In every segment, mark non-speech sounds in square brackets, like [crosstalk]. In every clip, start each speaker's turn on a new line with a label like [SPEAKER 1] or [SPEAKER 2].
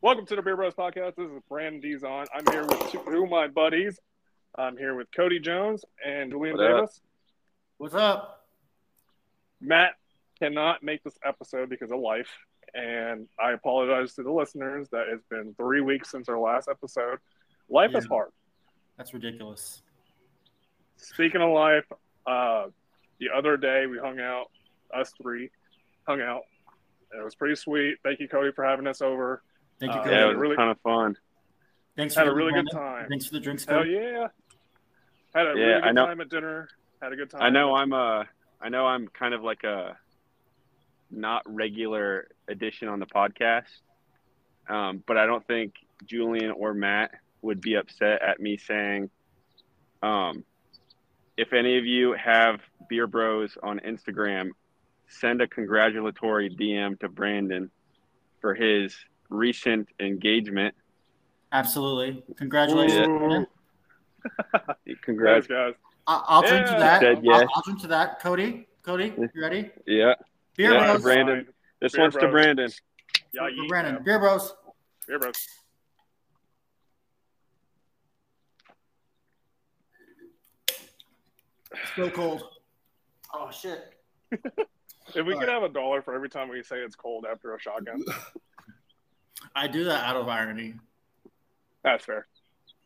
[SPEAKER 1] Welcome to the Beer Bros Podcast. This is Brandon Dizon. I'm here with two of my buddies. I'm here with Cody Jones and Julian
[SPEAKER 2] What up?
[SPEAKER 1] Davis.
[SPEAKER 3] What's up?
[SPEAKER 1] Matt cannot make this episode because of life. And I apologize to the listeners that it's been three weeks since our last episode. Life is
[SPEAKER 3] Yeah.
[SPEAKER 1] hard.
[SPEAKER 3] That's ridiculous.
[SPEAKER 1] Speaking of life, uh, the other day we hung out, us three hung out. It was pretty sweet. Thank you, Cody, for having us over.
[SPEAKER 3] Thank you,
[SPEAKER 1] Uh,
[SPEAKER 3] Cody.
[SPEAKER 2] Yeah, it was
[SPEAKER 1] Really-
[SPEAKER 2] a ton of fun.
[SPEAKER 3] Thanks for
[SPEAKER 1] Had a
[SPEAKER 3] the
[SPEAKER 1] really good
[SPEAKER 3] moment.
[SPEAKER 1] time.
[SPEAKER 3] Thanks for the drinks,
[SPEAKER 1] Hell
[SPEAKER 3] Cody.
[SPEAKER 1] yeah. Had a
[SPEAKER 2] Yeah,
[SPEAKER 1] really good
[SPEAKER 2] I know-
[SPEAKER 1] time at dinner. Had a good time.
[SPEAKER 2] I know I'm a, I know I'm kind of like a not regular addition on the podcast, um, but I don't think Julian or Matt would be upset at me saying, um, if any of you have beer bros on Instagram, send a congratulatory DM to Brandon for his recent engagement.
[SPEAKER 3] Absolutely. Congratulations.
[SPEAKER 2] Yeah.
[SPEAKER 3] Brandon.
[SPEAKER 1] Thanks,
[SPEAKER 2] Congrats.
[SPEAKER 1] guys.
[SPEAKER 3] I- I'll drink to
[SPEAKER 1] Yeah.
[SPEAKER 3] that.
[SPEAKER 2] Said yes.
[SPEAKER 3] I'll, I'll drink to that. Cody, Cody, you ready?
[SPEAKER 2] Yeah.
[SPEAKER 3] Beer
[SPEAKER 2] Yeah,
[SPEAKER 3] bros.
[SPEAKER 2] Brandon. This
[SPEAKER 1] Beer
[SPEAKER 2] one's to
[SPEAKER 1] bros.
[SPEAKER 2] Brandon.
[SPEAKER 1] Yeah,
[SPEAKER 3] For
[SPEAKER 1] yeah,
[SPEAKER 3] Brandon. Beer bros.
[SPEAKER 1] Here, bro.
[SPEAKER 3] Still cold. Oh shit.
[SPEAKER 1] If we
[SPEAKER 3] All
[SPEAKER 1] could have a dollar for every time we say it's cold after a shotgun,
[SPEAKER 3] I do that out of irony.
[SPEAKER 1] that's fair.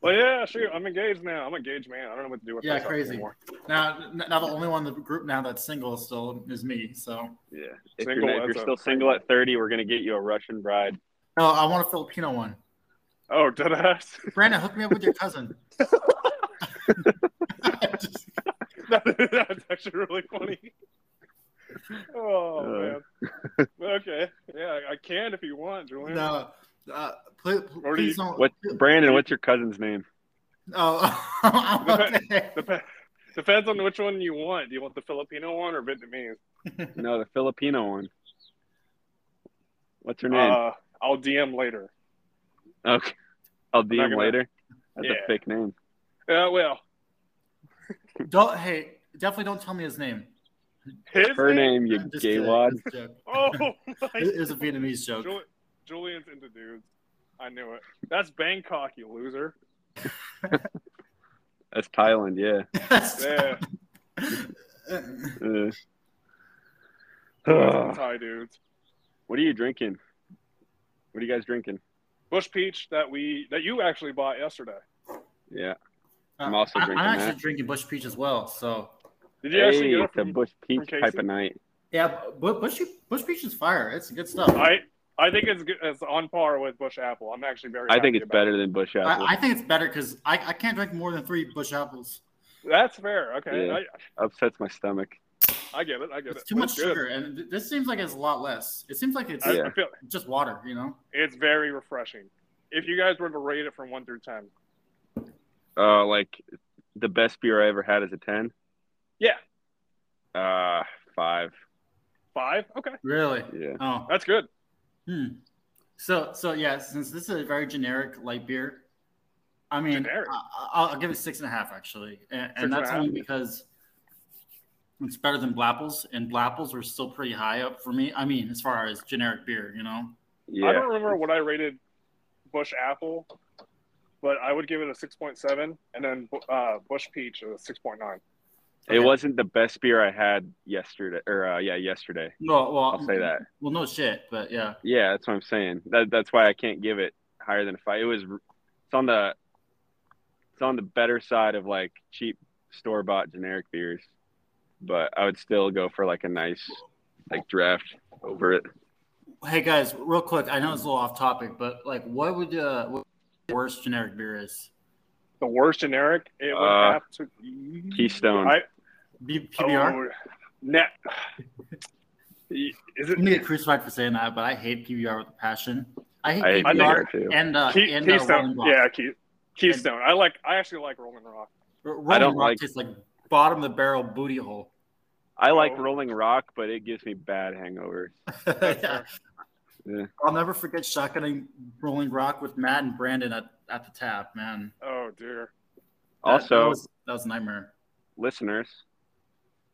[SPEAKER 1] Well, yeah, shoot, I'm engaged now. I'm engaged man. I don't know what to do with
[SPEAKER 3] Yeah,
[SPEAKER 1] myself
[SPEAKER 3] crazy.
[SPEAKER 1] anymore.
[SPEAKER 3] Now, now the only one in the group now that's single still is me. So,
[SPEAKER 2] Yeah. If
[SPEAKER 1] Single,
[SPEAKER 2] you're, not-
[SPEAKER 1] that's
[SPEAKER 2] if you're
[SPEAKER 1] a-
[SPEAKER 2] still single at 30, we're going to get you a Russian bride.
[SPEAKER 3] no, Oh, I want a Filipino one.
[SPEAKER 1] Oh, dead ass.
[SPEAKER 3] Brandon, hook me up with your cousin. [laughs] Just-
[SPEAKER 1] [laughs] That- that's actually really funny.
[SPEAKER 2] Uh.
[SPEAKER 1] Oh
[SPEAKER 2] [laughs]
[SPEAKER 1] man. Okay. Yeah, I can if you want, Julian.
[SPEAKER 3] no, uh, please,
[SPEAKER 1] Or do you-
[SPEAKER 3] please don't.
[SPEAKER 2] What, Brandon, what's your cousin's name?
[SPEAKER 3] Oh, [laughs] I'm okay.
[SPEAKER 1] Dep- depends on which one you want. Do you want the Filipino one or Vietnamese?
[SPEAKER 2] No, the Filipino one. What's her name?
[SPEAKER 1] Uh, I'll DM later.
[SPEAKER 2] okay. I'll DM
[SPEAKER 1] not gonna-
[SPEAKER 2] later. That's
[SPEAKER 1] Yeah.
[SPEAKER 2] a fake name.
[SPEAKER 1] Uh, well,
[SPEAKER 3] Don't hey, definitely don't tell me his name.
[SPEAKER 1] his
[SPEAKER 2] Her name, you
[SPEAKER 3] I'm just
[SPEAKER 2] gay
[SPEAKER 3] kidding.
[SPEAKER 2] wad.
[SPEAKER 3] It's a joke.
[SPEAKER 2] [laughs]
[SPEAKER 1] Oh my
[SPEAKER 3] It is a Vietnamese joke. [laughs]
[SPEAKER 1] Jul- Julian's into dudes. I knew it. That's Bangkok, you loser.
[SPEAKER 2] That's Thailand, yeah. [laughs]
[SPEAKER 1] Yeah,
[SPEAKER 2] Uh,
[SPEAKER 1] that's Thai dudes.
[SPEAKER 2] [sighs] what are you drinking? What are you guys drinking?
[SPEAKER 1] Bush peach that we that you actually bought yesterday.
[SPEAKER 2] Yeah.
[SPEAKER 3] I'm
[SPEAKER 2] also drinking
[SPEAKER 3] I'm actually
[SPEAKER 2] that.
[SPEAKER 3] drinking Bush Peach as well. So
[SPEAKER 1] Did you actually
[SPEAKER 2] Hey,
[SPEAKER 1] get
[SPEAKER 2] it's
[SPEAKER 1] it
[SPEAKER 2] a
[SPEAKER 1] from-
[SPEAKER 2] Bush Peach
[SPEAKER 1] Casey?
[SPEAKER 2] type of night.
[SPEAKER 3] yeah, Bu- Bush Bush Peach is fire. It's good stuff. I,
[SPEAKER 1] I I think it's good, it's on par with Bush apple. I'm actually very.
[SPEAKER 2] I think
[SPEAKER 1] happy
[SPEAKER 2] it's
[SPEAKER 1] about
[SPEAKER 2] better than Bush Apple.
[SPEAKER 3] I think it's better because I, I can't drink more than three Bush apples.
[SPEAKER 1] it. That's fair. Okay,
[SPEAKER 2] Yeah. Upsets my stomach.
[SPEAKER 1] I, I get it. I get
[SPEAKER 3] It's
[SPEAKER 1] it.
[SPEAKER 3] too
[SPEAKER 1] But
[SPEAKER 3] much
[SPEAKER 1] it's good.
[SPEAKER 3] sugar, and th- this seems like it's a lot less. It seems like it's
[SPEAKER 1] I,
[SPEAKER 2] Yeah.
[SPEAKER 1] I feel
[SPEAKER 3] just water, you know.
[SPEAKER 1] it's very refreshing. If you guys were to rate it from one through ten,
[SPEAKER 2] Uh, like the best beer I ever had is a 10.
[SPEAKER 1] yeah,
[SPEAKER 2] Uh, five.
[SPEAKER 1] five. Okay,
[SPEAKER 3] Really?
[SPEAKER 2] Yeah.
[SPEAKER 3] Oh,
[SPEAKER 1] that's good.
[SPEAKER 3] hmm. So so yeah, since this is a very generic light beer, I mean,
[SPEAKER 1] Generic?
[SPEAKER 3] I, I'll, I'll give it six and a half actually, and,
[SPEAKER 1] and
[SPEAKER 3] and that's
[SPEAKER 1] a half?
[SPEAKER 3] only because it's better than Blapples, and Blapples were still pretty high up for me. I mean, as far as generic beer, you know.
[SPEAKER 2] Yeah.
[SPEAKER 1] I don't remember what I rated Bush Apple, but I would give it a 6.7, and then uh, Bush Peach a 6.9.
[SPEAKER 2] It wasn't the best beer I had yesterday, or uh, yeah, yesterday.
[SPEAKER 3] No, well,
[SPEAKER 2] I'll say that.
[SPEAKER 3] Well, no shit, but yeah,
[SPEAKER 2] Yeah, that's what I'm saying. That, that's why I can't give it higher than a five. It was, it's on the, it's on the better side of like cheap store bought generic beers, but I would still go for like a nice, like draft over it.
[SPEAKER 3] Hey guys, real quick, I know it's a little off topic, but like, what would uh, what the worst generic beer is?
[SPEAKER 1] The worst generic, it would
[SPEAKER 2] Uh,
[SPEAKER 1] have to
[SPEAKER 2] Keystone.
[SPEAKER 1] I,
[SPEAKER 3] B- PBR.
[SPEAKER 1] oh, ne- is
[SPEAKER 3] I'm gonna
[SPEAKER 1] it
[SPEAKER 3] get crucified for saying that, but I hate PBR with a passion. I hate,
[SPEAKER 2] I hate
[SPEAKER 1] I think-
[SPEAKER 3] PBR
[SPEAKER 2] beer too.
[SPEAKER 3] and uh,
[SPEAKER 1] Key,
[SPEAKER 3] and uh, Rolling
[SPEAKER 1] Keystone?
[SPEAKER 3] Rock.
[SPEAKER 1] yeah, Key, Keystone. I like. I actually like Rolling Rock.
[SPEAKER 3] R- Rolling
[SPEAKER 2] I don't
[SPEAKER 3] Rock
[SPEAKER 2] like-
[SPEAKER 3] tastes like bottom of the barrel booty hole. [laughs]
[SPEAKER 2] I like
[SPEAKER 1] Oh.
[SPEAKER 2] Rolling Rock, but it gives me bad
[SPEAKER 1] [laughs]
[SPEAKER 2] hangovers.
[SPEAKER 3] Yeah.
[SPEAKER 2] Yeah.
[SPEAKER 3] I'll never forget shotgunning Rolling Rock with Matt and Brandon at, at the tap, man.
[SPEAKER 1] Oh dear.
[SPEAKER 3] That-
[SPEAKER 2] Also,
[SPEAKER 3] that was, that was a nightmare.
[SPEAKER 2] listeners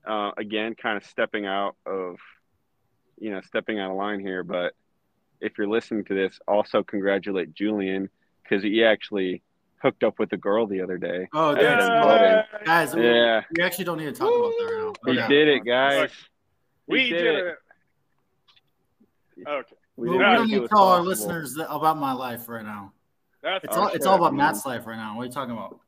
[SPEAKER 2] uh, again kind of stepping out of you know stepping out of line here but if you're listening to this, also congratulate Julian because he actually hooked up with a girl the other day.
[SPEAKER 3] Oh,
[SPEAKER 2] Yeah.
[SPEAKER 3] dude,
[SPEAKER 2] Yeah.
[SPEAKER 3] guys, we-
[SPEAKER 2] Yeah,
[SPEAKER 3] we actually don't need to talk about that right now.
[SPEAKER 2] he
[SPEAKER 3] Yeah.
[SPEAKER 2] did it, guys.
[SPEAKER 1] We did, it.
[SPEAKER 2] it.
[SPEAKER 1] Okay,
[SPEAKER 2] We
[SPEAKER 3] We,
[SPEAKER 2] did it
[SPEAKER 3] we
[SPEAKER 1] Yeah.
[SPEAKER 2] as
[SPEAKER 3] don't need
[SPEAKER 2] good
[SPEAKER 3] to
[SPEAKER 2] as
[SPEAKER 3] tell our
[SPEAKER 2] possible.
[SPEAKER 3] listeners that, about my life right now.
[SPEAKER 1] that's
[SPEAKER 3] It's
[SPEAKER 2] Oh,
[SPEAKER 3] all, it's
[SPEAKER 2] shit,
[SPEAKER 3] all about
[SPEAKER 2] man.
[SPEAKER 3] Matt's life right now. What are you talking about?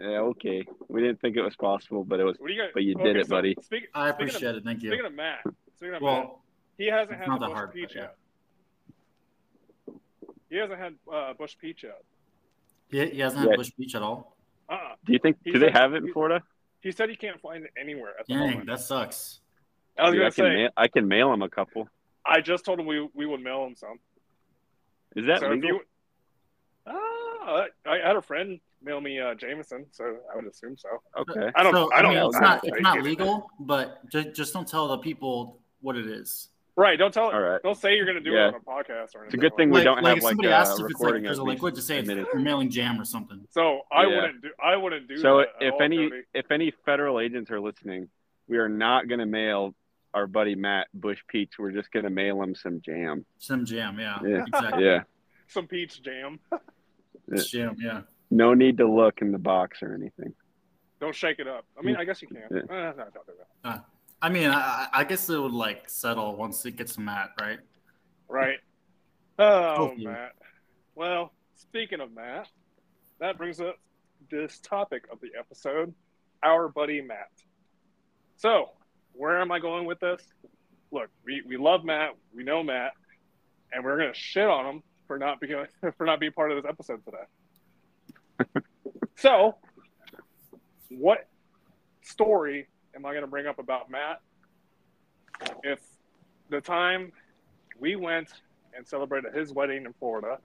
[SPEAKER 2] Yeah, okay. We didn't think it was possible, but it was.
[SPEAKER 1] what do you guys,
[SPEAKER 2] But you did it, buddy.
[SPEAKER 1] Speak,
[SPEAKER 3] I
[SPEAKER 1] speaking
[SPEAKER 3] appreciate it. Thank
[SPEAKER 1] Of, speaking
[SPEAKER 3] you.
[SPEAKER 1] of Matt, speaking of Matt,
[SPEAKER 3] Well,
[SPEAKER 1] he hasn't
[SPEAKER 3] it's
[SPEAKER 1] had
[SPEAKER 3] not
[SPEAKER 1] the
[SPEAKER 3] that
[SPEAKER 1] Bush
[SPEAKER 3] hard,
[SPEAKER 1] Peach
[SPEAKER 3] but yeah.
[SPEAKER 1] yet. He hasn't had uh, Bush Peach yet.
[SPEAKER 3] he, he hasn't had
[SPEAKER 2] Yeah. Oh,
[SPEAKER 3] Bush Beach at all.
[SPEAKER 1] Uh-uh.
[SPEAKER 2] Do you think?
[SPEAKER 1] He
[SPEAKER 2] Do they
[SPEAKER 1] said-
[SPEAKER 2] have it in
[SPEAKER 1] he-
[SPEAKER 2] Florida?
[SPEAKER 1] He said he can't find it anywhere at the
[SPEAKER 3] Dang,
[SPEAKER 1] moment.
[SPEAKER 3] that sucks.
[SPEAKER 1] I was
[SPEAKER 2] Dude, I
[SPEAKER 1] gonna
[SPEAKER 2] can
[SPEAKER 1] say,
[SPEAKER 2] mail. I can mail them a couple.
[SPEAKER 1] I just told him we we would mail him some.
[SPEAKER 2] Is that
[SPEAKER 1] so if
[SPEAKER 2] legal?
[SPEAKER 1] you, Ah, I I had a friend mail me uh, Jameson, so I would assume so.
[SPEAKER 2] Okay.
[SPEAKER 1] I don't.
[SPEAKER 3] So,
[SPEAKER 1] I don't.
[SPEAKER 3] mean,
[SPEAKER 1] know.
[SPEAKER 3] it's
[SPEAKER 1] I
[SPEAKER 3] not,
[SPEAKER 1] don't
[SPEAKER 3] it's
[SPEAKER 1] think
[SPEAKER 3] not
[SPEAKER 1] it-
[SPEAKER 3] legal, but just, just don't tell the people what it is.
[SPEAKER 1] Right. Don't tell.
[SPEAKER 2] All right.
[SPEAKER 1] Don't say you're gonna do
[SPEAKER 2] Yeah.
[SPEAKER 1] it on a podcast or anything.
[SPEAKER 2] It's a good
[SPEAKER 1] like
[SPEAKER 2] thing
[SPEAKER 1] that.
[SPEAKER 2] we
[SPEAKER 3] Like,
[SPEAKER 2] don't
[SPEAKER 3] like
[SPEAKER 2] have
[SPEAKER 3] if
[SPEAKER 2] like
[SPEAKER 3] somebody
[SPEAKER 2] a
[SPEAKER 3] asks if it's like
[SPEAKER 2] recording
[SPEAKER 3] there's a
[SPEAKER 2] of these.
[SPEAKER 3] liquid, just say it's
[SPEAKER 2] admitted.
[SPEAKER 3] you're mailing jam or something.
[SPEAKER 1] So I
[SPEAKER 2] Yeah.
[SPEAKER 1] wouldn't do. I wouldn't do.
[SPEAKER 2] So
[SPEAKER 1] that at
[SPEAKER 2] if
[SPEAKER 1] all,
[SPEAKER 2] any
[SPEAKER 1] Cody.
[SPEAKER 2] if any federal agents are listening, we are not going to mail our buddy Matt Bush Peach. We're just going to mail him some jam.
[SPEAKER 3] Some jam, yeah,
[SPEAKER 2] Yeah.
[SPEAKER 3] exactly.
[SPEAKER 2] Yeah.
[SPEAKER 1] some peach jam,
[SPEAKER 3] It's jam, yeah.
[SPEAKER 2] No need to look in the box or anything.
[SPEAKER 1] don't shake it up. I mean, I guess you can.
[SPEAKER 2] Yeah.
[SPEAKER 1] Eh, no, don't do that.
[SPEAKER 3] I mean, I, I I guess it would like settle once it gets to Matt, right?
[SPEAKER 1] Right. Oh,
[SPEAKER 3] Hopefully.
[SPEAKER 1] Matt. Well, speaking of Matt, that brings up this topic of the episode our buddy Matt. So, where am I going with this? Look, we, we love Matt, we know Matt, and we're going to shit on him for not, being, [laughs] for not being part of this episode today. so, what story am I going to bring up about Matt if the time we went and celebrated his wedding in Florida.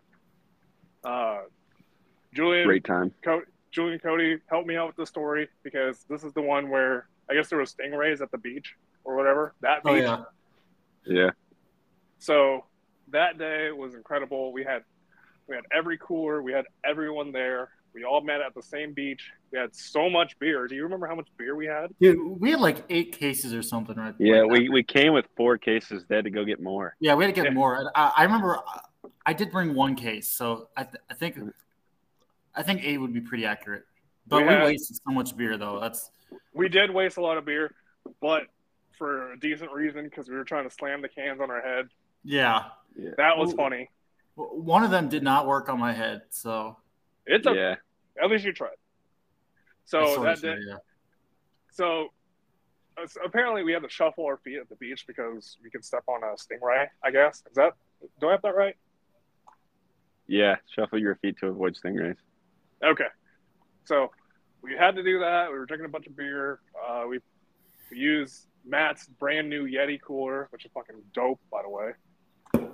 [SPEAKER 1] Uh, Julian,
[SPEAKER 2] Great time.
[SPEAKER 1] Co- Julian Cody, help me out with the story because this is the one where I guess there was stingrays at the beach or whatever. That
[SPEAKER 3] Oh
[SPEAKER 1] beach.
[SPEAKER 3] yeah,
[SPEAKER 2] Yeah.
[SPEAKER 1] So that day was incredible. We had we had every cooler, we had everyone there. We all met at the same beach. We had so much beer. Do you remember how much beer we had?
[SPEAKER 3] dude, we had like eight cases or something, right?
[SPEAKER 2] Yeah,
[SPEAKER 3] Like,
[SPEAKER 2] we, we came with four cases. They had to go get more.
[SPEAKER 3] Yeah, we had to get
[SPEAKER 1] Yeah.
[SPEAKER 3] more. I, I remember uh, I did bring one case, so I, th- I think I think eight would be pretty accurate. But
[SPEAKER 1] We
[SPEAKER 3] we,
[SPEAKER 1] had-
[SPEAKER 3] wasted so much beer, though. That's
[SPEAKER 1] We did waste a lot of beer, but for a decent reason because we were trying to slam the cans on our head.
[SPEAKER 3] yeah.
[SPEAKER 1] That was
[SPEAKER 3] Ooh.
[SPEAKER 1] funny.
[SPEAKER 3] W- One of them did not work on my head, so
[SPEAKER 1] It's okay.
[SPEAKER 2] Yeah.
[SPEAKER 1] At least you tried.
[SPEAKER 3] I
[SPEAKER 1] So
[SPEAKER 3] sorta
[SPEAKER 1] that
[SPEAKER 3] should,
[SPEAKER 1] did,
[SPEAKER 3] yeah.
[SPEAKER 1] so uh, so apparently we had to shuffle our feet at the beach because we could step on a stingray. I guess is that do I have that right?
[SPEAKER 2] Yeah. Shuffle your feet to avoid stingrays.
[SPEAKER 1] Okay, so we had to do that. We were drinking a bunch of beer. Uh, we we used Matt's brand new Yeti cooler, which is fucking dope, by the way.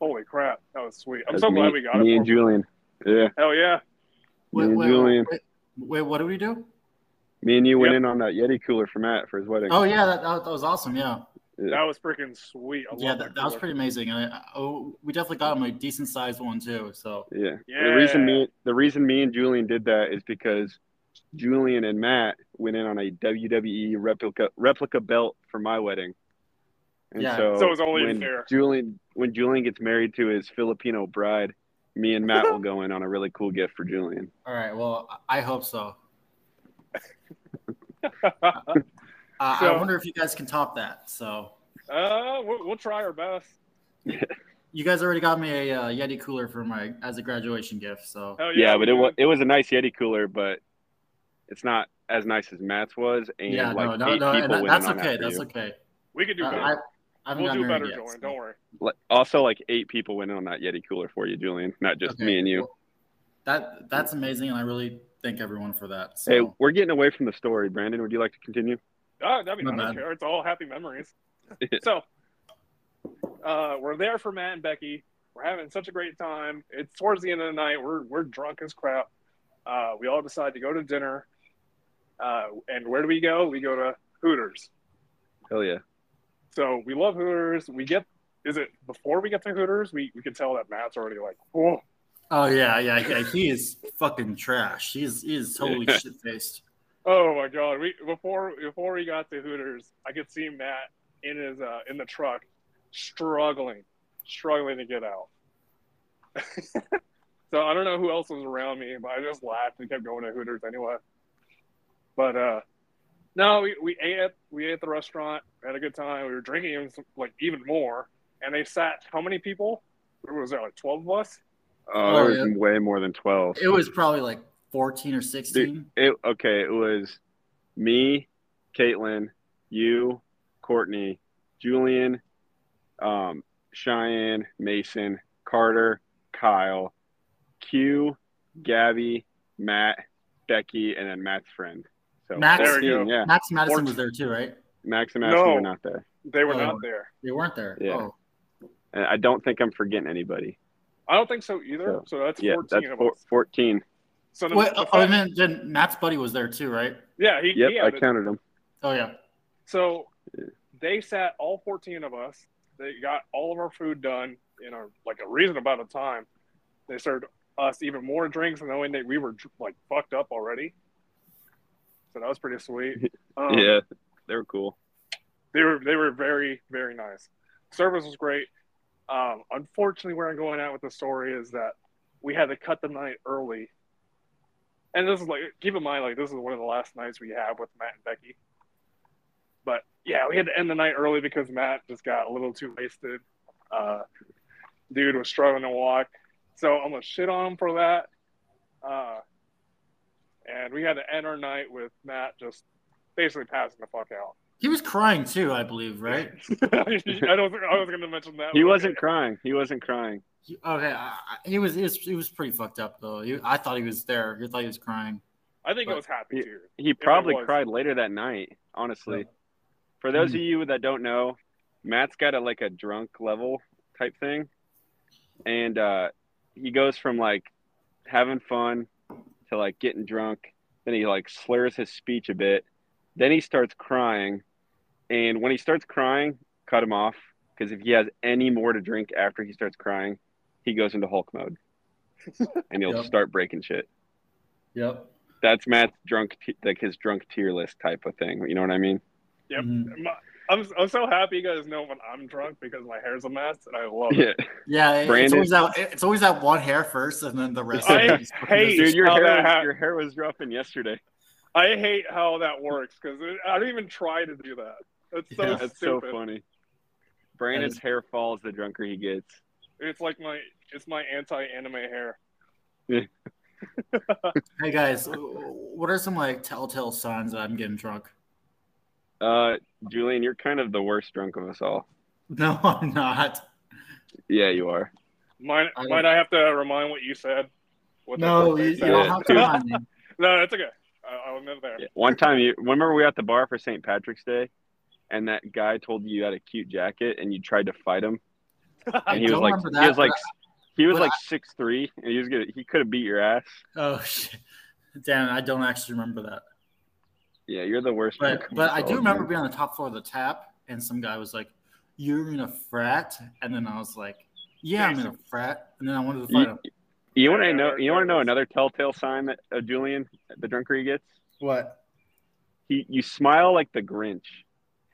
[SPEAKER 1] Holy crap, that was sweet! I'm
[SPEAKER 2] That's
[SPEAKER 1] so
[SPEAKER 2] me,
[SPEAKER 1] glad we got
[SPEAKER 2] Me
[SPEAKER 1] it.
[SPEAKER 2] and Julian. Yeah.
[SPEAKER 1] for- Hell yeah!
[SPEAKER 2] Me and Julian.
[SPEAKER 3] wait, wait, what did we do?
[SPEAKER 2] Me and you went
[SPEAKER 1] Yep.
[SPEAKER 2] in on that Yeti cooler for Matt for his wedding.
[SPEAKER 3] Oh yeah, that, that, that was awesome. Yeah,
[SPEAKER 1] That was freaking sweet. I
[SPEAKER 3] yeah,
[SPEAKER 1] love
[SPEAKER 3] that, that was
[SPEAKER 1] cooler.
[SPEAKER 3] pretty amazing. And I, oh, we definitely got him a decent sized one too. So
[SPEAKER 2] Yeah.
[SPEAKER 1] Yeah.
[SPEAKER 2] The reason me the reason me and Julian did that is because Julian and Matt went in on a WWE replica replica belt for my wedding. And
[SPEAKER 3] Yeah.
[SPEAKER 2] so,
[SPEAKER 1] So it was only
[SPEAKER 2] when
[SPEAKER 1] fair.
[SPEAKER 2] Julian when Julian gets married to his Filipino bride, me and
[SPEAKER 3] [laughs]
[SPEAKER 2] Matt will go in on a really cool gift for Julian.
[SPEAKER 3] all right, well, I I
[SPEAKER 1] [laughs]
[SPEAKER 3] hope so. Uh,
[SPEAKER 1] So-
[SPEAKER 3] I wonder if you guys can top that. So
[SPEAKER 1] uh, we'll, we'll try our best.
[SPEAKER 3] you guys already got me a uh, Yeti cooler for my as a graduation gift. So
[SPEAKER 1] Hell yeah,
[SPEAKER 2] Yeah, but it
[SPEAKER 1] dude.
[SPEAKER 2] was it was a nice Yeti cooler, but it's not as nice as Matt's was and
[SPEAKER 3] yeah,
[SPEAKER 2] like
[SPEAKER 3] no, no,
[SPEAKER 2] eight people
[SPEAKER 3] no, and that-
[SPEAKER 2] went
[SPEAKER 3] that's
[SPEAKER 2] in on
[SPEAKER 3] okay.
[SPEAKER 2] that for
[SPEAKER 3] That's
[SPEAKER 2] you.
[SPEAKER 3] okay.
[SPEAKER 1] We could do
[SPEAKER 3] Uh,
[SPEAKER 1] better.
[SPEAKER 3] I, I haven't
[SPEAKER 1] we'll
[SPEAKER 3] gotten
[SPEAKER 1] do
[SPEAKER 3] married
[SPEAKER 1] better,
[SPEAKER 3] yet,
[SPEAKER 1] Jordan.
[SPEAKER 3] so-
[SPEAKER 1] Don't worry.
[SPEAKER 2] Like, Also like eight people went in on that Yeti cooler for you, Julian, not just
[SPEAKER 3] Okay,
[SPEAKER 2] me and you.
[SPEAKER 3] well, That that's amazing, and I really thank everyone for that. So.
[SPEAKER 2] Hey, we're getting away from the story. Brandon, would you like to continue?
[SPEAKER 1] Oh, that'd be
[SPEAKER 3] My
[SPEAKER 1] nice.
[SPEAKER 3] bad.
[SPEAKER 1] It's all happy memories. so, uh, we're there for Matt and Becky. We're having such a great time. It's towards the end of the night. We're we're drunk as crap. Uh, we all decide to go to dinner. Uh, and where do we go? We go to Hooters.
[SPEAKER 2] Hell yeah.
[SPEAKER 1] So we love Hooters. We get is it before we get to Hooters? We we can tell that Matt's already like, oh,
[SPEAKER 3] Oh yeah, yeah, yeah. He is fucking trash. He's he is totally shit faced.
[SPEAKER 1] oh my god. We before before we got to Hooters, I could see Matt in his uh, in the truck struggling struggling to get out. [laughs] so I don't know who else was around me, but I just laughed and kept going to Hooters anyway. But uh, no, we, we ate at we ate at the restaurant, had a good time. We were drinking even some- like even more, and they sat how many people? Was there like twelve of us?
[SPEAKER 2] Oh,
[SPEAKER 3] Oh,
[SPEAKER 2] there was way more than twelve.
[SPEAKER 3] It was probably like 14 or 16.
[SPEAKER 2] It okay. It was me, Caitlin, you, Courtney, Julian, um, Cheyenne, Mason, Carter, Kyle, Q, Gabby, Matt, Becky, and then Matt's friend. So
[SPEAKER 3] Max-
[SPEAKER 1] There you
[SPEAKER 2] 14,
[SPEAKER 1] go.
[SPEAKER 2] yeah,
[SPEAKER 3] Max Madison
[SPEAKER 1] Fourteen.
[SPEAKER 3] was there too, right?
[SPEAKER 2] Max and Madison
[SPEAKER 1] No.
[SPEAKER 2] were not there,
[SPEAKER 1] They were
[SPEAKER 3] Oh.
[SPEAKER 1] not there.
[SPEAKER 3] They weren't there.
[SPEAKER 2] Yeah.
[SPEAKER 3] Oh,
[SPEAKER 2] and I don't think I'm forgetting anybody.
[SPEAKER 1] I don't think so either. So, that's
[SPEAKER 2] yeah,
[SPEAKER 1] fourteen
[SPEAKER 2] that's
[SPEAKER 1] of
[SPEAKER 2] four,
[SPEAKER 1] us.
[SPEAKER 2] fourteen.
[SPEAKER 1] So the,
[SPEAKER 3] Wait,
[SPEAKER 1] the
[SPEAKER 3] oh,
[SPEAKER 1] fact-
[SPEAKER 3] I meant then Matt's buddy was there too, right?
[SPEAKER 1] yeah, he,
[SPEAKER 2] Yep,
[SPEAKER 1] he
[SPEAKER 2] I
[SPEAKER 1] had it.
[SPEAKER 2] counted them.
[SPEAKER 3] Oh yeah.
[SPEAKER 1] So they sat all 14 of us. They got all of our food done in a like a reasonable amount of time. They served us even more drinks, and knowing that we were like fucked up already. So that was pretty sweet. Um,
[SPEAKER 2] [laughs] yeah, they were cool.
[SPEAKER 1] they were they were very very nice. Service was great. Um, unfortunately, where I'm going out with the story is that we had to cut the night early. And this is like, keep in mind, like this is one of the last nights we have with Matt and Becky. But yeah, we had to end the night early because Matt just got a little too wasted. Uh, dude was struggling to walk, so I'm gonna shit on him for that. Uh, and we had to end our night with Matt just basically passing the fuck out.
[SPEAKER 3] He was crying too, I believe, right?
[SPEAKER 1] [laughs] I don't think I was going to mention that.
[SPEAKER 2] He
[SPEAKER 1] but
[SPEAKER 2] wasn't
[SPEAKER 1] okay.
[SPEAKER 2] crying. He wasn't crying.
[SPEAKER 3] He- okay, I, I- he was he was he was pretty fucked up though. He, I thought he was there. I thought he was crying.
[SPEAKER 1] I think it
[SPEAKER 2] but-
[SPEAKER 1] was happy
[SPEAKER 2] Yeah.
[SPEAKER 1] tears.
[SPEAKER 2] He probably
[SPEAKER 1] was.
[SPEAKER 2] cried later that night, honestly.
[SPEAKER 3] Yeah.
[SPEAKER 2] For those
[SPEAKER 3] Mm.
[SPEAKER 2] of you that don't know, Matt's got a like a drunk level type thing. And uh he goes from like having fun to like getting drunk, then he like slurs his speech a bit, then he starts crying. And when he starts crying, cut him off because if he has any more to drink after he starts crying, he goes into Hulk
[SPEAKER 3] [laughs]
[SPEAKER 2] mode. and he'll
[SPEAKER 3] Yep.
[SPEAKER 2] start breaking shit.
[SPEAKER 3] Yep.
[SPEAKER 2] That's Matt's drunk, t- like his drunk tier list type of thing. You know what I mean?
[SPEAKER 1] Yep.
[SPEAKER 3] Mhm.
[SPEAKER 1] My- I'm, I'm so happy you guys know when I'm drunk because my hair's a mess and I love it.
[SPEAKER 2] Yeah. [laughs]
[SPEAKER 3] Yeah, it- it's
[SPEAKER 2] Brandon-
[SPEAKER 3] always that it's always that one hair first, and then the rest.
[SPEAKER 1] I
[SPEAKER 3] is-
[SPEAKER 1] hate-
[SPEAKER 2] Dude, your
[SPEAKER 1] how
[SPEAKER 2] hair,
[SPEAKER 1] that
[SPEAKER 2] was,
[SPEAKER 1] hap-
[SPEAKER 2] your hair was dropping yesterday.
[SPEAKER 1] I hate how that works because I don't even try to do that. That's so
[SPEAKER 3] Yeah,
[SPEAKER 1] stupid.
[SPEAKER 2] That's so funny. Brandon's hair falls the drunker he gets.
[SPEAKER 1] It's like my it's my anti-anime hair.
[SPEAKER 3] Hey guys, uh, what are some like telltale signs that I'm getting drunk? [laughs]
[SPEAKER 2] Uh, Julian, you're kind of the worst drunk of us all.
[SPEAKER 3] No, I'm not.
[SPEAKER 2] Yeah, you are.
[SPEAKER 1] Might
[SPEAKER 3] I don't-
[SPEAKER 1] might I have to remind what you said? What the fuck
[SPEAKER 3] No, you,
[SPEAKER 1] they
[SPEAKER 3] you
[SPEAKER 1] said? [laughs]
[SPEAKER 3] don't have to remind me.
[SPEAKER 1] no, that's okay. I, I'll admit there.
[SPEAKER 2] Yeah. One time, you remember we were at the bar for St. Patrick's Day, and that guy told you you had a cute jacket, and you tried to fight him,
[SPEAKER 3] I
[SPEAKER 1] [laughs]
[SPEAKER 2] and he was
[SPEAKER 3] don't
[SPEAKER 2] like,
[SPEAKER 3] remember
[SPEAKER 2] he
[SPEAKER 3] that,
[SPEAKER 2] was like, he was
[SPEAKER 3] but
[SPEAKER 2] like six three, and he was gonna, he could have beat your ass.
[SPEAKER 3] Oh shit. Damn, I don't actually remember that.
[SPEAKER 2] Yeah, you're the worst.
[SPEAKER 3] But
[SPEAKER 2] drunk of
[SPEAKER 3] but
[SPEAKER 2] us
[SPEAKER 3] I
[SPEAKER 2] all,
[SPEAKER 3] do remember
[SPEAKER 2] dude.
[SPEAKER 3] being on the top floor of the tap, and some guy was like, "You're in a frat," and then I was like, "Yeah, I'm in a frat," and then I wanted to fight him.
[SPEAKER 2] You want
[SPEAKER 1] Yeah,
[SPEAKER 2] to know?
[SPEAKER 1] there-
[SPEAKER 2] You want to
[SPEAKER 1] there
[SPEAKER 2] know
[SPEAKER 1] it is.
[SPEAKER 2] another telltale sign that uh, Julian, the drunker he gets,
[SPEAKER 3] What?
[SPEAKER 2] he you smile like the Grinch.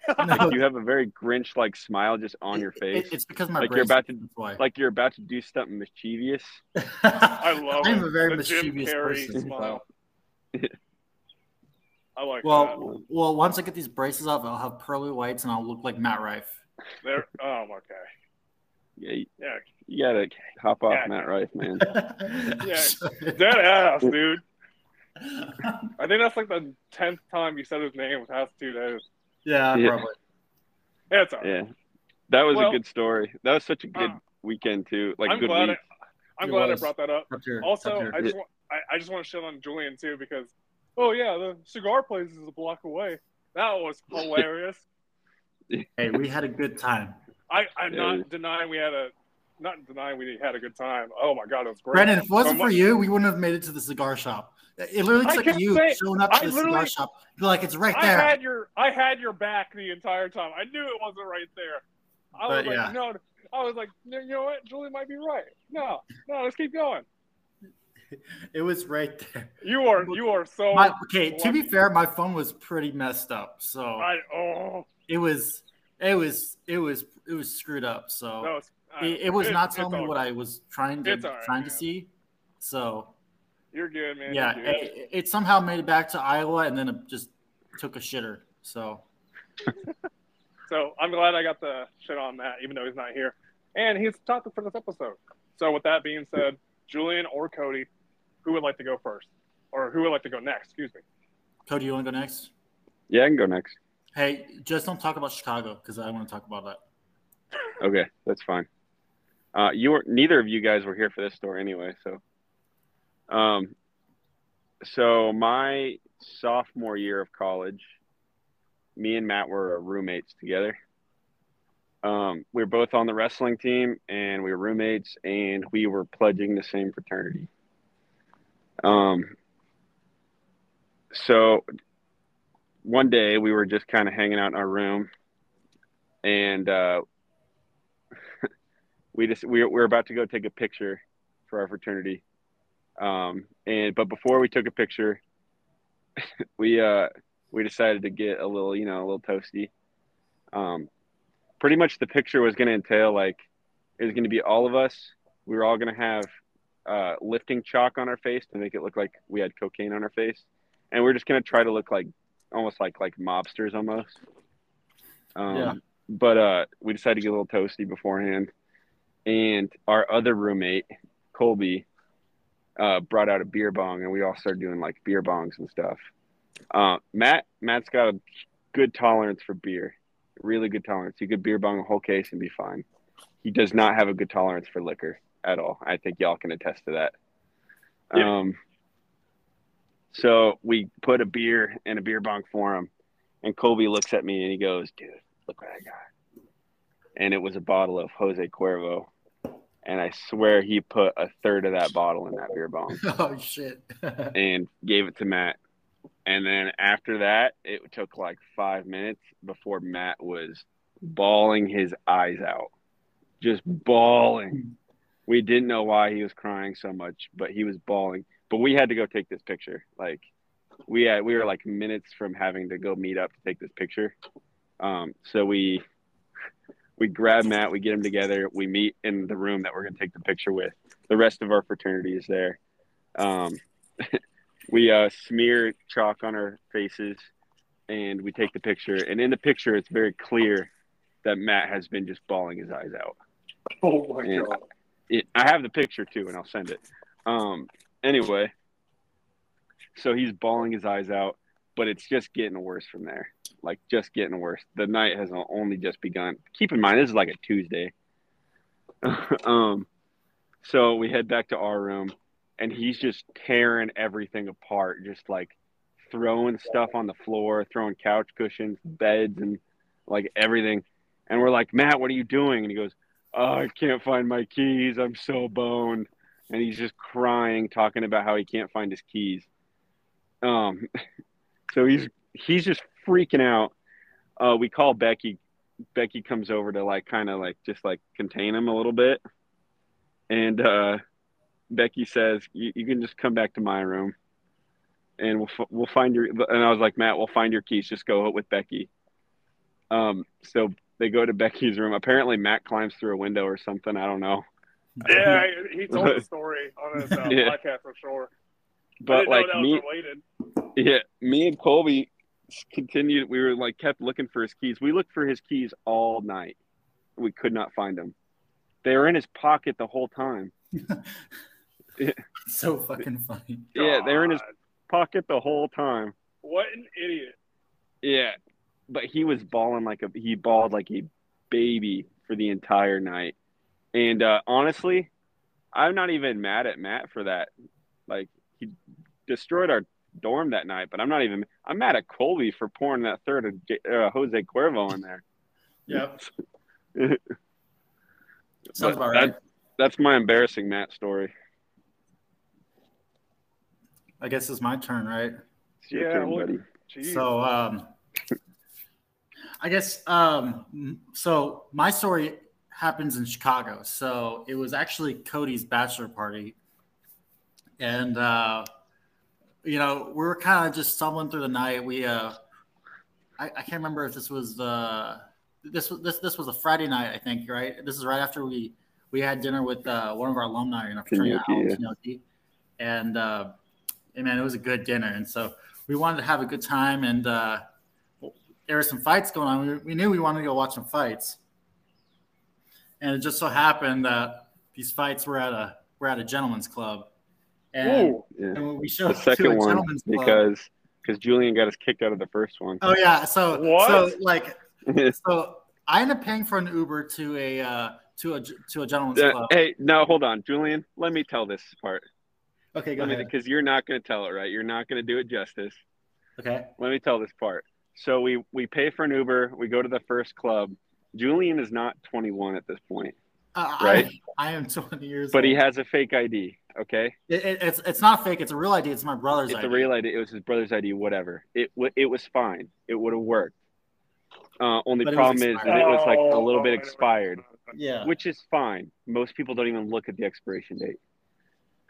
[SPEAKER 3] [laughs] No,
[SPEAKER 2] You have a very Grinch-like smile just [laughs] on your
[SPEAKER 3] it-
[SPEAKER 2] face,
[SPEAKER 3] it- it's because my
[SPEAKER 2] Like you're
[SPEAKER 3] brain's-
[SPEAKER 2] about to-
[SPEAKER 3] that's why. [laughs]
[SPEAKER 2] like you're about to do something mischievous.
[SPEAKER 1] I love
[SPEAKER 3] I'm
[SPEAKER 1] it.
[SPEAKER 3] a very
[SPEAKER 1] the Jim
[SPEAKER 3] mischievous
[SPEAKER 1] Carrey
[SPEAKER 2] [laughs]
[SPEAKER 3] person,
[SPEAKER 1] smile. I like that.
[SPEAKER 3] Well, well, once I get these braces off, I'll have pearly whites and I'll look like Matt Rife.
[SPEAKER 1] There. Oh, okay.
[SPEAKER 2] Yeah, you,
[SPEAKER 1] Yeah,
[SPEAKER 2] you gotta hop off
[SPEAKER 1] Yeah.
[SPEAKER 2] Matt Rife,
[SPEAKER 3] [laughs]
[SPEAKER 2] man.
[SPEAKER 1] dead ass, dude. I think that's like the tenth time you said his name with past two days.
[SPEAKER 3] yeah,
[SPEAKER 2] Yeah.
[SPEAKER 3] probably.
[SPEAKER 1] Yeah, it's all right.
[SPEAKER 2] Yeah, that was
[SPEAKER 1] Well-
[SPEAKER 2] a good story. That was such a good
[SPEAKER 1] Uh,
[SPEAKER 2] weekend too. Like
[SPEAKER 1] I'm
[SPEAKER 2] good
[SPEAKER 1] glad. I,
[SPEAKER 2] week.
[SPEAKER 1] I'm
[SPEAKER 3] It
[SPEAKER 1] glad
[SPEAKER 3] was.
[SPEAKER 1] I brought that up.
[SPEAKER 3] Up here. up
[SPEAKER 1] Also,
[SPEAKER 3] here.
[SPEAKER 1] I just want, I, I just want to shit on Julian too because oh yeah, the cigar place is a block away. That
[SPEAKER 3] [laughs]
[SPEAKER 1] was hilarious.
[SPEAKER 3] hey, we had a good time.
[SPEAKER 1] I, I'm
[SPEAKER 2] Yeah.
[SPEAKER 1] not denying we had a not denying we had a good time. Oh my god, it was great.
[SPEAKER 3] Brandon, if it wasn't
[SPEAKER 1] From
[SPEAKER 3] for you, we wouldn't have made it to the cigar shop. It literally
[SPEAKER 1] I
[SPEAKER 3] took
[SPEAKER 1] can't
[SPEAKER 3] you
[SPEAKER 1] say-
[SPEAKER 3] showing up to
[SPEAKER 1] I
[SPEAKER 3] the
[SPEAKER 1] literally-
[SPEAKER 3] cigar shop. You're like, it's right
[SPEAKER 1] I
[SPEAKER 3] there.
[SPEAKER 1] had your I had your back the entire time. I knew it wasn't right there. I was
[SPEAKER 3] But,
[SPEAKER 1] like,
[SPEAKER 3] yeah.
[SPEAKER 1] no. I was like, you know what? Julie might be right. No, no, let's keep going.
[SPEAKER 3] It was right
[SPEAKER 1] [laughs]
[SPEAKER 3] there.
[SPEAKER 1] You are you are so
[SPEAKER 3] My- okay, to be
[SPEAKER 1] lucky.
[SPEAKER 3] fair, my phone was pretty messed up, so
[SPEAKER 1] I oh
[SPEAKER 3] it was, it was, it was, it was screwed up. So
[SPEAKER 1] that was I don't
[SPEAKER 3] It, it
[SPEAKER 1] know.
[SPEAKER 3] was not
[SPEAKER 1] it's
[SPEAKER 3] telling me
[SPEAKER 1] all
[SPEAKER 3] what
[SPEAKER 1] right.
[SPEAKER 3] I was trying to
[SPEAKER 1] It's all right,
[SPEAKER 3] trying to
[SPEAKER 1] man.
[SPEAKER 3] see. So
[SPEAKER 1] You're good, man.
[SPEAKER 3] yeah,
[SPEAKER 1] You're good.
[SPEAKER 3] it, it somehow made it back to Iowa, and then it just took a shitter. So
[SPEAKER 1] So I'm glad I got the shit on that, even though he's not here. And he's the topic for this episode. So with that being said, Julian or Cody, who would like to go first? Or who would like to go next? Excuse me.
[SPEAKER 3] Cody, you want to go next?
[SPEAKER 2] Yeah, I can go next.
[SPEAKER 3] Hey, just don't talk about Chicago because I want to talk about that. [laughs]
[SPEAKER 2] Okay, that's fine. Uh, you were neither of you guys were here for this story anyway, so. Um, so my sophomore year of college, me and Matt were roommates together. Um, we were both on the wrestling team, and we were roommates, and we were pledging the same fraternity. Um, so one day we were just kind of hanging out in our room, and uh, we just we we're, we're about to go take a picture for our fraternity um and but before we took a picture [laughs] we uh we decided to get a little you know a little toasty um pretty much the picture was going to entail like it was going to be all of us we were all going to have uh lifting chalk on our face to make it look like we had cocaine on our face and we're just going to try to look like almost like like mobsters almost um
[SPEAKER 3] Yeah.
[SPEAKER 2] but uh we decided to get a little toasty beforehand and our other roommate colby uh, brought out a beer bong and we all started doing like beer bongs and stuff uh, matt matt's got a good tolerance for beer really good tolerance he could beer bong a whole case and be fine he does not have a good tolerance for liquor at all i think y'all can attest to that
[SPEAKER 1] Yeah.
[SPEAKER 2] um, so we put a beer and a beer bong for him and colby looks at me and he goes dude look what i got and it was a bottle of jose cuervo and i swear he put a third of that bottle in that beer bong
[SPEAKER 3] oh shit!
[SPEAKER 2] [laughs] and gave it to Matt. And then after that, it took like five minutes before Matt was bawling his eyes out, just bawling. We didn't know why he was crying so much, but he was bawling. But we had to go take this picture. Like we had, we were like minutes from having to go meet up to take this picture. Um, so we we grab Matt, we get him together, we meet in the room that we're gonna take the picture with. The rest of our fraternity is there. Um, we uh, smear chalk on our faces and we take the picture and in the picture it's very clear that matt has been just bawling his eyes out
[SPEAKER 1] [laughs] Oh my
[SPEAKER 2] Yeah.
[SPEAKER 1] god.
[SPEAKER 2] it, i have the picture too and i'll send it um anyway so he's bawling his eyes out but it's just getting worse from there like just getting worse the night has only just begun keep in mind this is like a tuesday [laughs] um so we head back to our room and he's just tearing everything apart, just like throwing stuff on the floor, throwing couch cushions, beds, and like everything. And we're like, Matt, what are you doing? And he goes, oh, I can't find my keys. I'm so boned. And he's just crying, talking about how he can't find his keys. Um, [laughs] so he's he's just freaking out. Uh, we call Becky. Becky comes over to like kind of like just like contain him a little bit, and uh, Becky says, you, "You can just come back to my room, and we'll f- we'll find your." And I was like, "Matt, we'll find your keys. Just go with Becky." Um, so they go to Becky's room. Apparently, Matt climbs through a window or something. I don't know,
[SPEAKER 1] Yeah, he
[SPEAKER 2] [laughs]
[SPEAKER 1] told the story on his uh,
[SPEAKER 2] Yeah.
[SPEAKER 1] podcast for sure. I
[SPEAKER 2] but
[SPEAKER 1] didn't
[SPEAKER 2] like
[SPEAKER 1] know that
[SPEAKER 2] me,
[SPEAKER 1] was related.
[SPEAKER 2] yeah, me and Colby continued. We were like kept looking for his keys. We looked for his keys all night. We could not find them. They were in his pocket the whole time.
[SPEAKER 3] [laughs] so fucking funny.
[SPEAKER 2] Yeah, they were in his
[SPEAKER 1] God,
[SPEAKER 2] pocket the whole time.
[SPEAKER 1] What an idiot.
[SPEAKER 2] Yeah, but he was balling like a he balled like a baby for the entire night, and uh, honestly, I'm not even mad at Matt for that. Like he destroyed our dorm that night, but I'm not even I'm mad at Colby for pouring that third of J- uh, Jose Cuervo in there.
[SPEAKER 3] Yep,
[SPEAKER 2] But
[SPEAKER 3] [laughs] sounds about
[SPEAKER 2] that-
[SPEAKER 3] right.
[SPEAKER 2] That's my embarrassing Matt story.
[SPEAKER 3] I guess it's my turn, right?
[SPEAKER 2] It's your
[SPEAKER 1] Yeah,
[SPEAKER 2] turn,
[SPEAKER 1] well-
[SPEAKER 2] buddy.
[SPEAKER 1] Jeez.
[SPEAKER 3] So, um, I guess um, so. My story happens in Chicago. So it was actually Cody's bachelor party, and uh, you know we were kind of just stumbling through the night. We uh, I, I can't remember if this was the this was this this was a Friday night, I think, right? This is right after we we had dinner with uh, one of our alumni in our fraternity,
[SPEAKER 2] Kentucky, yeah.
[SPEAKER 3] Al Kentucky. and uh, and man, it was a good dinner. And so we wanted to have a good time, and uh, there were some fights going on. We, we knew we wanted to go watch some fights, and it just so happened that these fights were at a were at a gentleman's club, and,
[SPEAKER 1] Ooh,
[SPEAKER 2] Yeah.
[SPEAKER 3] and when we showed
[SPEAKER 2] The
[SPEAKER 3] up to a
[SPEAKER 2] second one
[SPEAKER 3] gentleman's club.
[SPEAKER 2] because because Julian got us kicked out of the first one. [laughs]
[SPEAKER 3] Oh yeah, so so
[SPEAKER 1] What?
[SPEAKER 3] like so I ended up paying for an Uber to a uh, to a to a gentleman's
[SPEAKER 2] Uh,
[SPEAKER 3] club.
[SPEAKER 2] hey, no, hold on, Julian. Let me tell this part.
[SPEAKER 3] Okay, go
[SPEAKER 2] Let me
[SPEAKER 3] ahead.
[SPEAKER 2] because you're not going to tell it right. You're not going to do it justice.
[SPEAKER 3] Okay,
[SPEAKER 2] Let me tell this part. So we we pay for an Uber. We go to the first club. Julian is not 21 at this point,
[SPEAKER 3] uh,
[SPEAKER 2] Right.
[SPEAKER 3] I, I am 20 years.
[SPEAKER 2] but he
[SPEAKER 3] old.
[SPEAKER 2] has a fake ID. Okay,
[SPEAKER 3] It- it- it's it's not fake. It's a real ID. It's my brother's
[SPEAKER 2] it's
[SPEAKER 3] ID.
[SPEAKER 2] a real ID. It was his brother's ID. Whatever. It wa it was fine. It would have worked. Uh, only
[SPEAKER 3] But it was
[SPEAKER 2] problem is that it was like a little bit
[SPEAKER 1] Oh,
[SPEAKER 2] expired.
[SPEAKER 1] [laughs]
[SPEAKER 3] Yeah.
[SPEAKER 2] which is fine. Most people don't even look at the expiration date.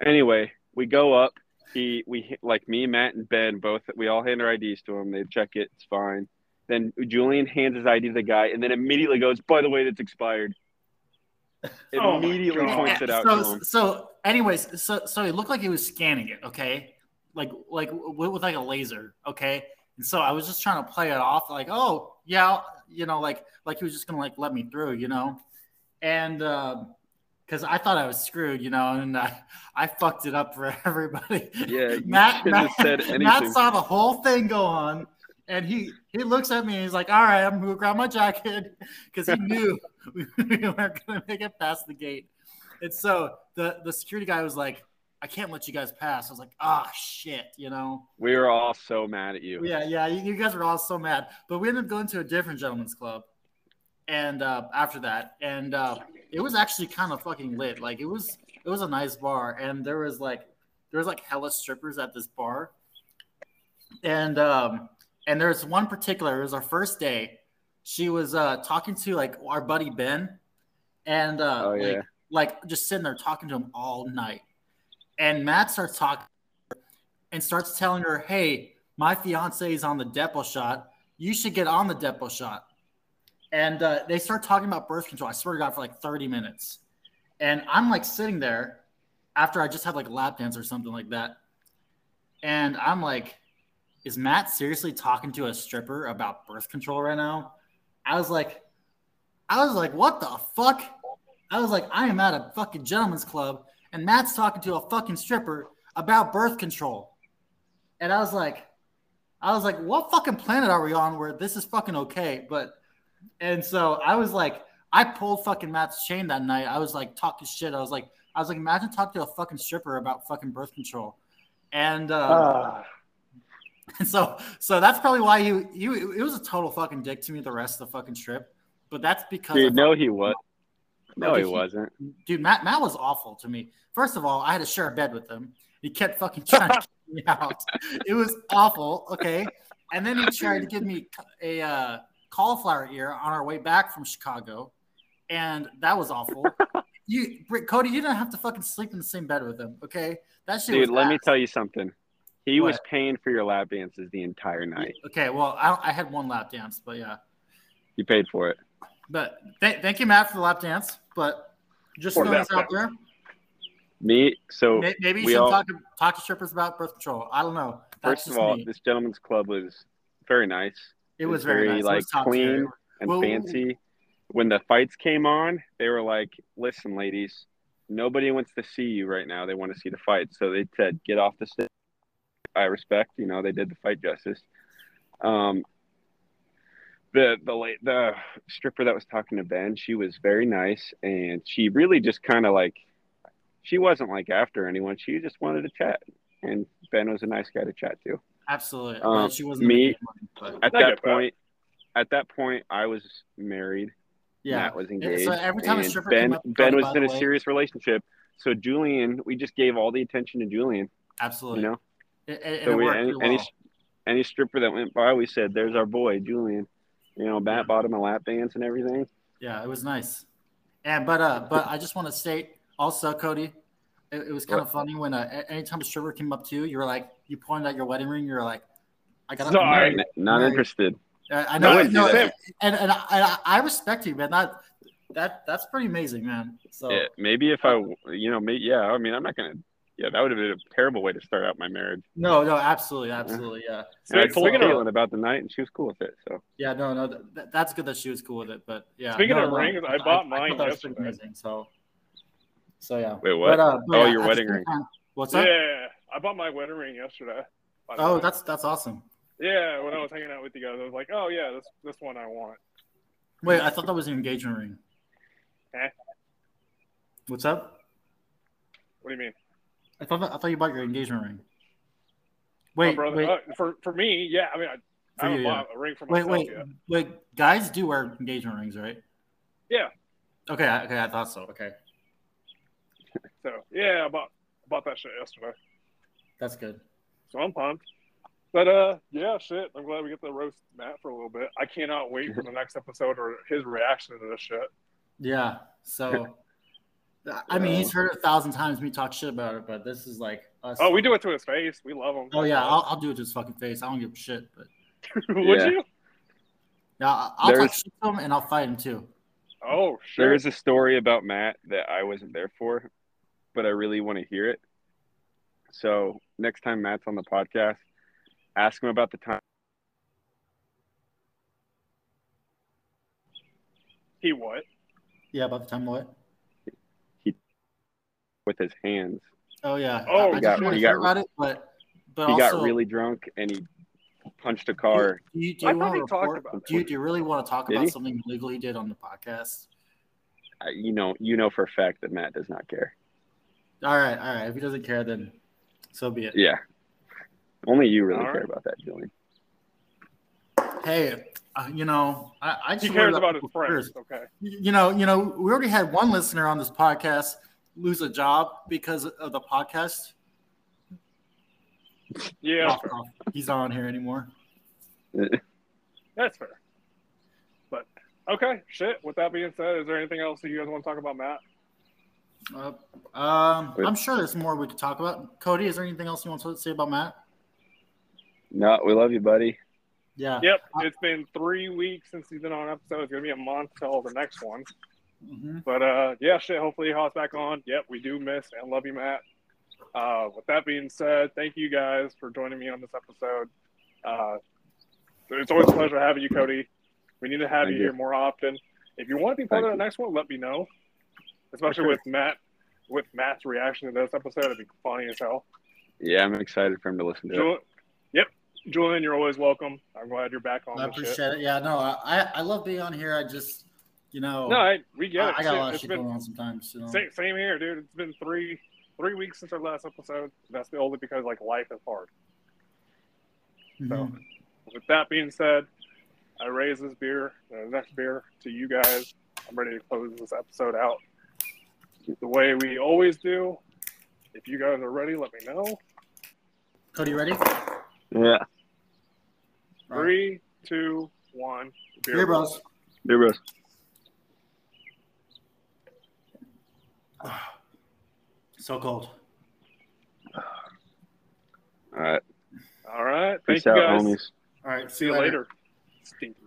[SPEAKER 2] Anyway, we go up. He, we like me, Matt, and Ben both. We all hand our IDs to him. They check it. It's fine. Then Julian hands his ID to the guy, and then immediately goes, "By the way,
[SPEAKER 1] [laughs]
[SPEAKER 2] that's expired."
[SPEAKER 1] Oh my
[SPEAKER 2] Immediately
[SPEAKER 1] God.
[SPEAKER 2] points it out
[SPEAKER 3] so,
[SPEAKER 2] to him.
[SPEAKER 3] so anyways, so so it looked like he was scanning it. Okay, like like with, with like a laser. Okay, and so I was just trying to play it off like, oh yeah, you know, like like he was just gonna like let me through, you know, and. because I thought I was screwed, you know, and I, I fucked it up for [laughs] everybody.
[SPEAKER 2] Yeah, you shouldn't
[SPEAKER 3] Matt, Matt,
[SPEAKER 2] have said
[SPEAKER 3] Matt
[SPEAKER 2] anything.
[SPEAKER 3] saw the whole thing go on, and he he looks at me and he's like, "All right, I'm gonna grab my jacket," [laughs] because he knew [laughs] we, we weren't gonna make it past the gate. And so the the security guy was like, "I can't let you guys pass." I was like, "Ah, shit," you know.
[SPEAKER 2] We were all so mad at you.
[SPEAKER 3] Yeah, yeah, you, you guys were all so mad, but we ended up going to a different gentleman's club, and uh, after that, and uh, it was actually kind of fucking lit. Like it was, it was a nice bar, and there was like, there was like hella strippers at this bar, and um, and there was one particular. It was our first day. She was uh talking to like our buddy Ben, and uh,
[SPEAKER 2] Oh, yeah.
[SPEAKER 3] like like just sitting there talking to him all night, and Matt starts talking and starts telling her, "Hey, my fiance is on the depot shot. You should get on the depot shot." And uh, they start talking about birth control. I swear to God, for like thirty minutes, and I'm like sitting there after I just had like a lap dance or something like that, and I'm like, "Is Matt seriously talking to a stripper about birth control right now?" I was like, I was like, "What the fuck?" I was like, "I am at a fucking gentleman's club." And Matt's talking to a fucking stripper about birth control. And I was like, I was like, what fucking planet are we on where this is fucking okay? But and so I was like, I pulled fucking Matt's chain that night. I was like talking shit. I was like, I was like, imagine talking to a fucking stripper about fucking birth control. And uh,
[SPEAKER 1] Ah,
[SPEAKER 3] and [laughs] so so that's probably why you you it was a total fucking dick to me the rest of the fucking trip. But that's because I
[SPEAKER 2] Dude,
[SPEAKER 3] fucking-
[SPEAKER 2] no, he was. No, he
[SPEAKER 3] Okay.
[SPEAKER 2] wasn't.
[SPEAKER 3] dude, Matt Matt was awful to me. First of all, I had to share a bed with him. He kept fucking trying to kick me out. [laughs] It was awful. Okay, and then he tried to give me a uh, cauliflower ear on our way back from Chicago, and that
[SPEAKER 2] [laughs]
[SPEAKER 3] was awful. You, Br- Cody, you didn't have to fucking sleep in the same bed with him. Okay, that shit.
[SPEAKER 2] Dude,
[SPEAKER 3] was
[SPEAKER 2] let me
[SPEAKER 3] ass.
[SPEAKER 2] tell you something. He was
[SPEAKER 3] What?
[SPEAKER 2] paying for your lap dances the entire night.
[SPEAKER 3] Okay, well, I, I had one lap dance, but yeah,
[SPEAKER 2] He paid for it.
[SPEAKER 3] but th- thank you, Matt, for the lap dance. But just
[SPEAKER 1] Or
[SPEAKER 3] throwing
[SPEAKER 1] lap
[SPEAKER 3] this
[SPEAKER 1] dance.
[SPEAKER 3] out there.
[SPEAKER 2] Me, so
[SPEAKER 3] May- Maybe you
[SPEAKER 2] we
[SPEAKER 3] should
[SPEAKER 2] all-
[SPEAKER 3] talk, talk to strippers about birth control. I don't know. That's
[SPEAKER 2] First
[SPEAKER 3] just
[SPEAKER 2] of all,
[SPEAKER 3] me.
[SPEAKER 2] this gentleman's club was very nice
[SPEAKER 3] it was
[SPEAKER 2] it's
[SPEAKER 3] very,
[SPEAKER 2] very,
[SPEAKER 3] nice. it
[SPEAKER 2] like,
[SPEAKER 3] was top tier.
[SPEAKER 2] clean. and
[SPEAKER 3] Well-
[SPEAKER 2] fancy. When the fights came on, they were like, "Listen, ladies, nobody wants to see you right now. They want to see the fight." So they said, "Get off the stage." I respect, you know, they did the fight justice. Um, the the late the stripper that was talking to Ben, she was very nice, and she really just kind of like, she wasn't like after anyone. She just wanted to chat, and Ben was a nice guy to chat to.
[SPEAKER 3] Absolutely.
[SPEAKER 2] Um,
[SPEAKER 3] But she wasn't
[SPEAKER 2] me-
[SPEAKER 3] making money, but
[SPEAKER 2] At
[SPEAKER 1] I get
[SPEAKER 2] that
[SPEAKER 1] that.
[SPEAKER 2] point, at that point, I was married.
[SPEAKER 3] yeah.
[SPEAKER 2] Matt was
[SPEAKER 3] so
[SPEAKER 2] engaged.
[SPEAKER 3] every time a
[SPEAKER 2] and
[SPEAKER 3] stripper
[SPEAKER 2] ben,
[SPEAKER 3] came up and
[SPEAKER 2] Ben
[SPEAKER 3] talked
[SPEAKER 2] was
[SPEAKER 3] about
[SPEAKER 2] in a
[SPEAKER 3] the way-
[SPEAKER 2] serious relationship. So Julian, we just gave all the attention to Julian,
[SPEAKER 3] Absolutely.
[SPEAKER 2] you know.
[SPEAKER 3] It- it-
[SPEAKER 2] so
[SPEAKER 3] it
[SPEAKER 2] we
[SPEAKER 3] worked
[SPEAKER 2] any,
[SPEAKER 3] really
[SPEAKER 2] any
[SPEAKER 3] well.
[SPEAKER 2] any stripper that went by, we said, "There's our boy, Julian." You know, Matt bought him a lap dance and everything.
[SPEAKER 3] Yeah, it was nice. And but uh, but I just want to state also, Cody, it, it was kind of funny when uh, a- anytime a stripper came up to you, you were like, you pointed at your wedding ring, you were like, I got
[SPEAKER 1] Sorry.
[SPEAKER 2] N- not
[SPEAKER 3] Right.
[SPEAKER 2] interested.
[SPEAKER 3] I, Uh, I
[SPEAKER 2] I
[SPEAKER 3] know,
[SPEAKER 2] wouldn't do
[SPEAKER 3] no,
[SPEAKER 2] that.
[SPEAKER 3] and and I, and I- I respect you, man. That that that's pretty amazing, man. So
[SPEAKER 2] Yeah, maybe if I, you know, maybe, yeah. I mean, I'm not gonna. Yeah, that would have been a terrible way to start out my marriage.
[SPEAKER 3] no, no, absolutely, absolutely, yeah,
[SPEAKER 2] And I
[SPEAKER 1] Speak-
[SPEAKER 2] told
[SPEAKER 1] speaking of-
[SPEAKER 2] Caitlin about the night, and she was cool with it. So
[SPEAKER 3] yeah. No, no, th- th- that's good that she was cool with it, but yeah.
[SPEAKER 1] Speaking
[SPEAKER 3] no,
[SPEAKER 1] of
[SPEAKER 3] no,
[SPEAKER 1] rings, I bought
[SPEAKER 3] thought
[SPEAKER 1] mine
[SPEAKER 3] that was pretty
[SPEAKER 1] yesterday.
[SPEAKER 3] amazing, so so yeah.
[SPEAKER 2] wait, what?
[SPEAKER 3] But, uh, but
[SPEAKER 2] Oh,
[SPEAKER 3] yeah,
[SPEAKER 2] your
[SPEAKER 3] at the
[SPEAKER 2] wedding
[SPEAKER 3] same
[SPEAKER 2] ring.
[SPEAKER 3] time- what's that?
[SPEAKER 1] Yeah, I bought my wedding ring yesterday. by the
[SPEAKER 3] Oh,
[SPEAKER 1] way.
[SPEAKER 3] that's that's awesome.
[SPEAKER 1] yeah. When I was hanging out with you guys, I was like, oh yeah, this this one I want.
[SPEAKER 3] Wait, I thought that was an engagement ring.
[SPEAKER 1] Eh.
[SPEAKER 3] What's up?
[SPEAKER 1] What do you mean?
[SPEAKER 3] I thought that, I thought you bought your engagement ring.
[SPEAKER 1] My
[SPEAKER 3] Wait,
[SPEAKER 1] brother-
[SPEAKER 3] wait,
[SPEAKER 1] uh, for for me, yeah. I mean, I, I
[SPEAKER 3] for you,
[SPEAKER 1] haven't
[SPEAKER 3] yeah.
[SPEAKER 1] bought a ring for
[SPEAKER 3] wait,
[SPEAKER 1] myself
[SPEAKER 3] wait,
[SPEAKER 1] yet.
[SPEAKER 3] wait. Guys do wear engagement rings, right?
[SPEAKER 1] Yeah.
[SPEAKER 3] Okay, I- okay, I thought so. Okay,
[SPEAKER 1] So yeah, I bought I bought that shit yesterday.
[SPEAKER 3] that's good.
[SPEAKER 1] So I'm pumped. But uh, yeah, shit. I'm glad we get to roast Matt for a little bit. I cannot wait for the next episode or his reaction to this shit.
[SPEAKER 3] Yeah.
[SPEAKER 1] [laughs]
[SPEAKER 3] So, I mean, he's heard it a thousand times me talk shit about it, but this is like us.
[SPEAKER 1] Oh, we do it to his face. We love him. [laughs]
[SPEAKER 3] Oh yeah, I'll, I'll do it to his fucking face. I don't give a shit. But
[SPEAKER 1] would
[SPEAKER 2] Yeah.
[SPEAKER 1] you?
[SPEAKER 3] now I- I'll talk
[SPEAKER 2] There's-
[SPEAKER 3] shit to him and I'll fight him too.
[SPEAKER 1] Oh
[SPEAKER 2] There
[SPEAKER 1] shit.
[SPEAKER 2] is a story about Matt that I wasn't there for, but I really want to hear it. So next time Matt's on the podcast, ask him about the time.
[SPEAKER 1] He what?
[SPEAKER 3] Yeah. By the time what?
[SPEAKER 2] with his hands.
[SPEAKER 3] Oh yeah.
[SPEAKER 1] Oh,
[SPEAKER 3] I, I
[SPEAKER 1] he
[SPEAKER 2] got-
[SPEAKER 3] just want
[SPEAKER 2] he
[SPEAKER 3] to
[SPEAKER 2] got-
[SPEAKER 3] hear about it, but but
[SPEAKER 2] he
[SPEAKER 3] also,
[SPEAKER 2] got really drunk and he punched a car.
[SPEAKER 3] Do you, do
[SPEAKER 1] I
[SPEAKER 3] you
[SPEAKER 1] thought
[SPEAKER 3] want
[SPEAKER 1] he
[SPEAKER 3] to
[SPEAKER 1] talked
[SPEAKER 3] report?
[SPEAKER 1] about
[SPEAKER 3] do you do you really want to talk
[SPEAKER 2] Did
[SPEAKER 3] about
[SPEAKER 2] he?
[SPEAKER 3] something illegal he did on the podcast?
[SPEAKER 2] I- You know, you know for a fact that Matt does not care.
[SPEAKER 3] All right, all right. If he doesn't care, then so be it.
[SPEAKER 2] Yeah, only you really
[SPEAKER 1] All
[SPEAKER 2] care
[SPEAKER 1] right.
[SPEAKER 2] about that, Julian.
[SPEAKER 3] Hey, uh, you know, I, I just
[SPEAKER 1] He
[SPEAKER 3] worry
[SPEAKER 1] cares about his
[SPEAKER 3] people's
[SPEAKER 1] friends.
[SPEAKER 3] careers.
[SPEAKER 1] Okay.
[SPEAKER 3] You know, you know, we already had one listener on this podcast lose a job because of the podcast.
[SPEAKER 1] Yeah,
[SPEAKER 3] Fuck off. He's not on here anymore.
[SPEAKER 1] that's fair. But okay, shit. With that being said, is there anything else that you guys want to talk about, Matt?
[SPEAKER 3] Uh, um, I'm sure there's more we could talk about. Cody, is there anything else you want to say about Matt?
[SPEAKER 2] No, we love you, buddy. Uh,
[SPEAKER 3] Yeah.
[SPEAKER 1] Yep. It's been three weeks since he's been on an episode. It's gonna be a month till the next one.
[SPEAKER 3] Mhm.
[SPEAKER 1] But uh, yeah, shit. Hopefully, he hops back on. Yep, we do miss and love you, Matt. Uh, with that being said, thank you guys for joining me on this episode. Uh, it's always a pleasure having you, Cody. We need to have
[SPEAKER 2] Thank
[SPEAKER 1] you,
[SPEAKER 2] you.
[SPEAKER 1] here more often. If you want to be part
[SPEAKER 2] Thank
[SPEAKER 1] of the
[SPEAKER 2] you.
[SPEAKER 1] next one, let me know. Especially
[SPEAKER 2] sure.
[SPEAKER 1] with Matt, with Matt's reaction to this episode, it'd be funny as hell.
[SPEAKER 2] Yeah, I'm excited for him to listen to it.
[SPEAKER 1] Jul- yep, Julian, you're always welcome. I'm glad you're back on.
[SPEAKER 3] I
[SPEAKER 1] this shit.
[SPEAKER 3] appreciate it. Yeah, no, I, I- I love being on here. I just, you know,
[SPEAKER 1] No, I, we get
[SPEAKER 3] I,
[SPEAKER 1] it.
[SPEAKER 3] I got a lot of
[SPEAKER 1] It's
[SPEAKER 3] shit
[SPEAKER 1] been-
[SPEAKER 3] going on sometimes. You know?
[SPEAKER 1] Same, same here, dude. It's been three three weeks since our last episode. That's only because like life is hard.
[SPEAKER 3] Mhm.
[SPEAKER 1] With that being said, I raise this beer, the next beer, to you guys. I'm ready to close this episode out the way we always do. If you guys are ready, let me know.
[SPEAKER 3] Cody, ready?
[SPEAKER 2] Yeah,
[SPEAKER 3] All right.
[SPEAKER 1] Three, two, one.
[SPEAKER 3] Beer bros.
[SPEAKER 2] there bros.
[SPEAKER 3] So cold.
[SPEAKER 2] All right,
[SPEAKER 1] All right. Thank
[SPEAKER 2] peace
[SPEAKER 1] you
[SPEAKER 2] out,
[SPEAKER 1] guys.
[SPEAKER 2] homies.
[SPEAKER 3] All right.
[SPEAKER 1] See you later. Stinky.